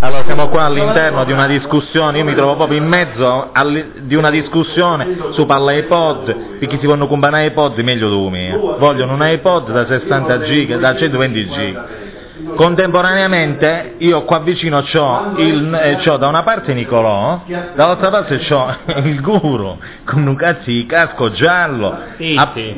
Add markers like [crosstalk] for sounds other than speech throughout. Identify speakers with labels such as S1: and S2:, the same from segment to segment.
S1: Allora siamo qua all'interno di una discussione, io mi trovo proprio in mezzo all- di una discussione su palla iPod, perché si vogliono comprare un iPod meglio di me. Vogliono un iPod da 60 giga, da 120 giga. Contemporaneamente io qua vicino c'ho, il- eh, c'ho da una parte Nicolò, dall'altra parte c'ho [laughs] il guru con un cazzo di casco giallo. Ah,
S2: Titti.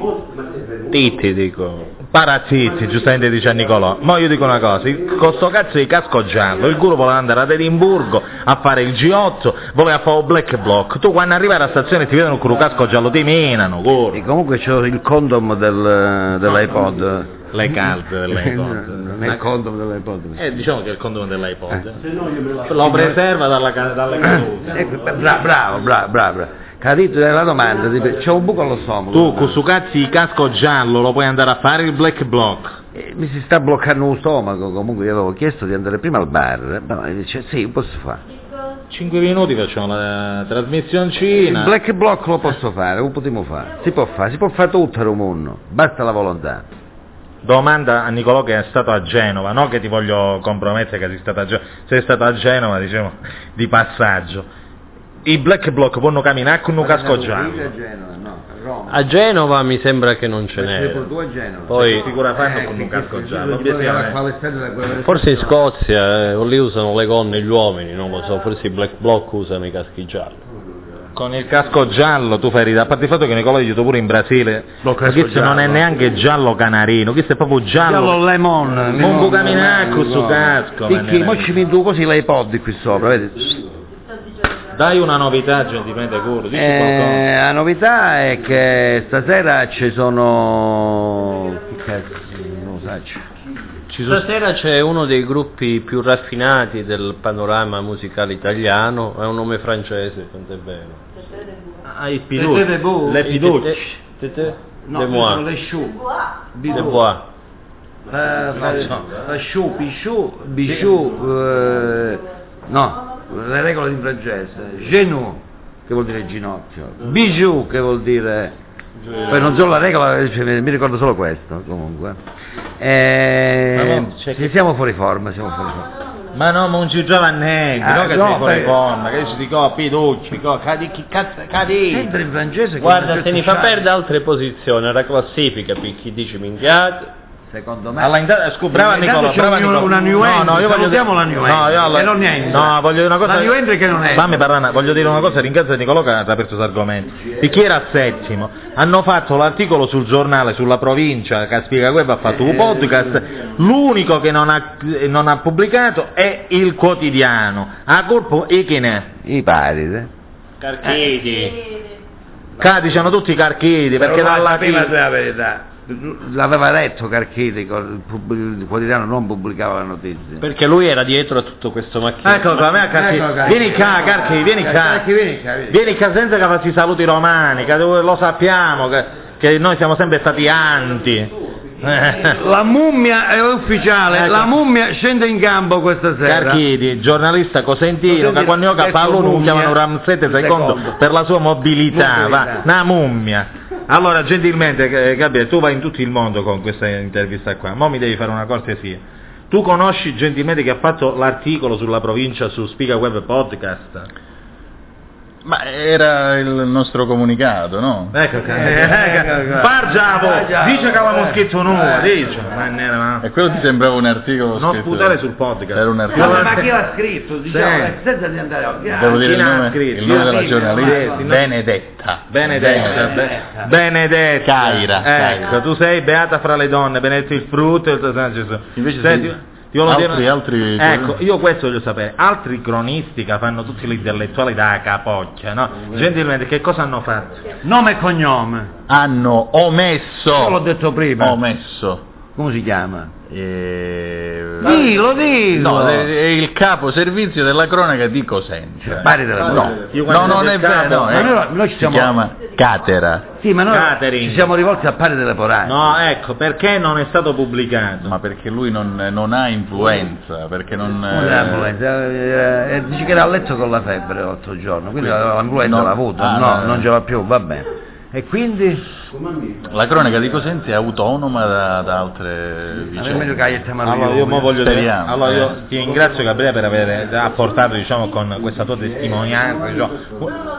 S1: Titti dico. Parazzitti, giustamente dice a Nicolò. Ma io dico una cosa, il- con sto cazzo di casco giallo, il guru voleva andare ad Edimburgo a fare il G8, voleva fare un black block. Tu quando arrivi alla stazione ti vedono con un casco giallo, ti menano,
S3: E
S1: guru.
S3: comunque c'è il condom del, dell'iPod.
S1: Le calze
S3: [laughs] Non è il
S1: dell'iPod.
S3: condom dell'iPod.
S1: Eh, diciamo che è il condono dell'iPod. Lo preserva dalla ca- dalle cadute.
S3: Ecco, bra- bravo, bravo, bravo. Cadito nella domanda, dice, c'è un buco allo stomaco.
S1: Tu con su cazzo di casco giallo lo puoi andare a fare il black block.
S3: Eh, Mi si sta bloccando lo stomaco, comunque io avevo chiesto di andare prima al bar, ma dice sì, posso fare.
S1: 5 minuti facciamo la
S3: Il
S1: trasmissioncina.
S3: black block lo posso fare, lo potremmo fare, si può fare, si può fare tutto Romunno, basta la volontà.
S1: Domanda a Nicolò che è stato a Genova, non che ti voglio compromettere che sei stato a Genova, sei stato a Genova diciamo di passaggio. I black block vanno camminare con un casco giallo.
S3: Genova, no, a Roma.
S2: A Genova mi sembra che non ce n'è.
S3: a Genova. Eh,
S2: Poi-
S1: Figura fanno con un casco giallo, obiettivamente.
S2: Forse in Scozia eh, o lì usano le gonne gli uomini, non lo so, forse i black bloc usano i caschi gialli.
S1: Con il casco giallo tu fai ridere, a parte il fatto che Nicolò è aiuto pure in Brasile,
S3: Lo
S1: ma
S3: casco
S1: questo non è
S3: giallo.
S1: neanche giallo canarino, questo è proprio giallo.
S3: Giallo lemon,
S1: Non può camminare con su casco. ma
S3: Perché
S1: ne-
S3: mo ci metto così l'iPod qui sopra, vedi?
S1: Dai una novità gentilmente Curro, dici qualcosa.
S3: Eh, la novità è che stasera ci sono... Che cazzo, non lo saccio.
S1: Ci sono-
S2: Stasera c'è uno dei gruppi più raffinati del panorama musicale italiano, è un nome francese, tant'è vero.
S1: Ah, i Piducci.
S3: Tete Bo.
S1: Le Piducci.
S2: Tete? De Moi. De
S3: Bidou.
S2: Bois.
S3: La, la,
S1: so.
S3: Eh, la chou, pichou, bichou, eh, no, le regole in francese, genou, che vuol dire ginocchio, bijou, che vuol dire... Poi non so la regola, cioè, mi ricordo solo questo, comunque.
S1: Ma
S3: Eh,
S1: no, c'è
S3: sì,
S1: che-
S3: siamo fuori forma, siamo fuori forma.
S1: Ma no, ma non ci trova niente,
S3: Ah,
S1: no che
S3: no,
S1: sei fuori
S3: beh.
S1: forma, che ci dico, Piducci, co- cadi, chi cazzo, cadi.
S3: Sempre in francese... che certo
S2: Guarda,
S3: il
S2: se
S3: francese
S2: ne fa
S3: sociale,
S2: perdere altre posizioni, alla classifica per chi dice minchiate.
S3: Secondo me...
S1: Alla inter- scu- brava
S3: Intanto
S1: Nicola,
S3: c'è
S1: brava
S3: un-
S1: Nicola.
S3: una new
S1: no,
S3: entry,
S1: no, io voglio dire-
S3: salutiamo la new
S1: No,
S3: entry,
S1: io alla-
S3: che non ne entra.
S1: No, voglio dire una cosa.
S3: La new entry che non entra.
S1: Fammi parlare, una- voglio dire una cosa, ringrazio Nicolò che ha aperto questo argomento. Di chi era settimo? Hanno fatto l'articolo sul giornale, sulla provincia, che spiega web, ha fatto un podcast. L'unico che non ha, non ha pubblicato è il quotidiano. A colpo e che ne è? Eh,
S3: I pari, eh.
S2: Carchiti.
S1: Ca dicevano tutti i carchiti perché
S3: Però
S1: dalla
S3: sapeva
S1: fine
S3: la verità. L'aveva letto Carchiti, col- il, pub- il quotidiano non pubblicava le notizie.
S2: Perché lui era dietro a tutto questo macchinario.
S1: Ecco qua, me a Carchi.
S3: Ecco, Carchi.
S1: Vieni qua, Eh, Carchi, vieni qua.
S3: Carchi, vieni qua, vieni.
S1: Vieni qua senza che facci i saluti romani, che tu- lo sappiamo, che, che noi siamo sempre stati anti. Eh.
S3: La mummia è ufficiale,
S1: Ecco.
S3: la mummia scende in campo questa sera.
S1: Carchiti, giornalista cosentino,
S3: Cosentino,
S1: che quando io
S3: detto
S1: Paolo lo
S3: mummia.
S1: chiamano Ramsete II
S3: Secondo.
S1: per la sua mobilità,
S3: Mobilità.
S1: va, una mummia. Allora, gentilmente, eh, Gabriele, tu vai in tutto il mondo con questa intervista qua, ma mi devi fare una cortesia. Tu conosci gentilmente che ha fatto l'articolo sulla provincia su Spiga Web Podcast?
S4: Ma era il nostro comunicato, no?
S1: Ecco, che-
S3: Eh, ecco, ecco.
S1: Bargiavo,
S3: Bargiavo,
S1: dice che aveva
S3: eh.
S1: moschetto nuovo,
S3: Eh.
S1: dice. Ma ne era-
S4: E quello ti sembrava un articolo
S1: Non
S4: scritto-
S1: sputare sul podcast.
S4: Era un
S3: No,
S4: articolo...
S3: ma chi l'ha scritto? Diciamo,
S1: Sì.
S3: eh, senza di andare a
S4: Devo dire il
S1: chi l'ha
S4: nome,
S1: scritto?
S4: il nome
S3: Io
S4: della
S3: sì,
S4: giornalista.
S1: sì, sì.
S4: Benedetta.
S1: Benedetta,
S3: Benedetta.
S1: Be- Benedetta.
S4: Caira,
S1: Ecco,
S4: Caira.
S1: tu sei beata fra le donne, benedetto il frutto e il tuo sangue Gesù.
S4: Invece
S1: Senti,
S4: sì.
S1: ti volevo dire-
S4: Altri- altri-
S1: Ecco, io questo voglio sapere. Altri cronisti che fanno tutti gli intellettuali da capocchia, no? Gentilmente, che cosa hanno fatto?
S3: Nome e cognome.
S4: Hanno omesso...
S3: Io l'ho detto prima.
S4: Omesso.
S3: Come si chiama?
S4: Eh,
S3: Dillo, dillo.
S4: No, è è il capo servizio della cronaca di Cosenza.
S3: Pari della
S4: No,
S1: Io
S4: no
S1: quando
S4: non
S1: vedo
S4: è
S1: il capo-
S4: vero, no,
S3: Ma
S4: eh,
S3: noi- noi ci
S4: si
S3: siamo-
S4: chiama Catera.
S3: Sì, ma noi
S1: Catering.
S3: ci siamo rivolti a pari delle porane.
S1: No, ecco, perché non è stato pubblicato?
S4: Ma perché lui non, non ha influenza, perché non...
S3: Scusa,
S4: eh,
S3: l'ambulanza, eh, eh, dice che era a letto con la febbre otto giorni, quindi
S4: Quindi,
S3: l'ambulanza
S4: no.
S3: l'ha avuto,
S4: Ah,
S3: no,
S4: no, no.
S3: non ce l'ha più, va bene. E quindi?
S4: La cronaca di Cosenza è autonoma da, da altre
S3: Non è meglio
S4: vicende.
S3: che hai tema
S1: Allora Ah, io, mo voglio dire-
S4: Speriamo,
S1: allora io
S4: eh.
S1: ti ringrazio Gabriele per aver apportato diciamo, con questa tua testimonianza diciamo,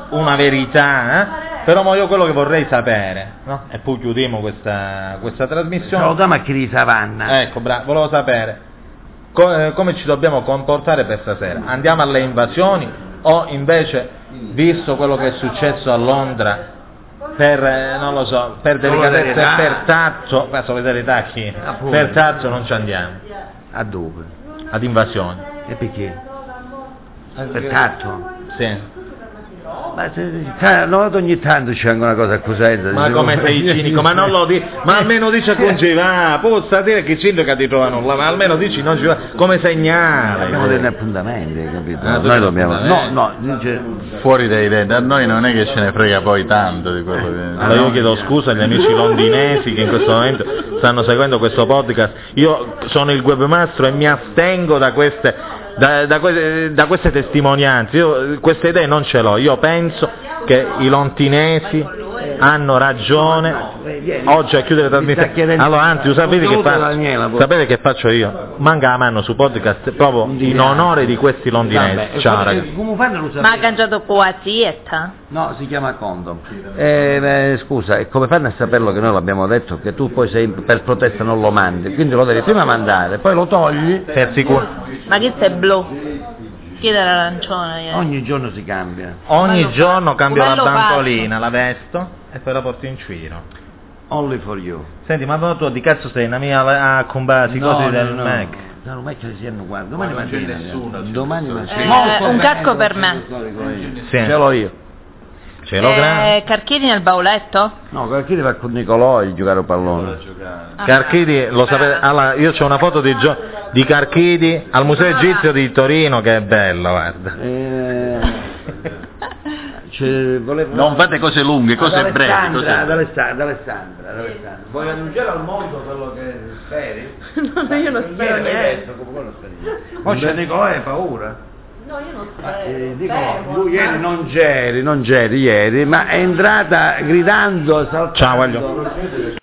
S1: una verità, eh? però mo io quello che vorrei sapere, no? e poi chiudiamo questa, questa trasmissione,
S3: Salutiamo a chi di Savanna.
S1: ecco bravo, volevo sapere co- eh, come ci dobbiamo comportare per stasera, andiamo alle invasioni o invece, visto quello che è successo a Londra, per, eh, non lo so, per delicatezza
S3: Solidarietà.
S1: e per tatto, ma solidarietà a chi?
S3: Appunto.
S1: Per tatto non ci andiamo,
S3: A dove?
S1: ad invasioni.
S3: E perché?
S1: Eh,
S3: Per tatto?
S1: Sì.
S3: Ma se, se- ta- no, ogni tanto c'è anche una cosa a Cosenza.
S1: Ma
S3: dicevo-
S1: come sei cinico? Ma non lo dici, ma almeno dici che ci va, Ah, possa dire che Cilica ti trova nulla, ma almeno dici non ci va, come
S3: Abbiamo degli
S1: segnale.
S3: appuntamenti, hai capito?
S4: Ah,
S3: Noi
S4: degli
S3: dobbiamo... No,
S4: appuntamenti.
S3: no, dice-
S4: Fuori dai re, da noi non è che ce ne frega poi tanto di quello che...
S1: Allora io chiedo scusa agli amici londinesi che in questo momento stanno seguendo questo podcast, io sono il webmastro e mi astengo da queste, da, da que- da queste testimonianze, io eh, queste idee non ce l'ho, io penso che i londinesi hanno ragione oggi a chiudere la
S3: Mi sta
S1: trasmissione.
S3: chiedendo-
S1: Allora anzi, sapete che,
S3: Saluto
S1: fa-
S3: Daniela, poi.
S1: sapete che faccio io? Manca la mano su podcast proprio in onore di questi londinesi.
S3: Vabbè,
S1: Ciao
S3: come-
S1: ragazzi.
S3: Come fanno a usare?
S5: mangiato poesietta.
S3: No, si chiama condom. Eh, beh, scusa, e come fanno a saperlo che noi l'abbiamo detto? Che tu poi sei per protesta non lo mandi, quindi lo devi prima mandare, poi lo togli.
S1: Per sicuro.
S5: Ma questo è blu. Chi era l'arancione? eh?
S3: Ogni giorno si cambia.
S1: Ogni
S5: Bello
S1: giorno
S5: fatto.
S1: cambio la
S5: Bello fatto.
S1: bantolina, la vesto e poi la porto in giro.
S3: Only for you.
S1: Senti, ma no, tu di cazzo sei una mia ah, a combattere
S3: No,
S1: cose
S3: no,
S1: del
S3: no.
S1: Mac?
S3: No, non mai ce ne siano guarda, domani
S4: Ma non c'è
S3: mattina.
S4: nessuno, c'è
S3: domani
S4: nessuno.
S3: mattina.
S5: Eh,
S3: Molto
S5: un
S3: bene,
S5: casco per
S3: questo
S5: me.
S3: storico io.
S1: Sì.
S3: Ce l'ho io.
S1: Ce l'ho grande.
S5: Eh, Carchini nel bauletto?
S3: No, Carchini va con Nicolò a giocare a pallone.
S1: Carchidi, lo sapete, allora, io ho una foto di, Gio- di Carchidi al Museo Egizio di Torino che è bella, guarda.
S3: Eh, c'è- volevo-
S4: Non fate cose lunghe, cose
S3: Ad
S4: brevi.
S3: Alessandra,
S4: Cose
S3: ad Alessandra, ad Alessandra, ad Alessandra. Vuoi annunciare al mondo quello che [laughs] speri?
S5: No, io non spero niente.
S3: Ma c'è Nicolò eh, hai paura?
S5: No, io non
S3: Eh, Nicolò, tu ieri non c'eri, non c'eri ieri, ma è entrata gridando, saltando.
S1: Ciao, voglio.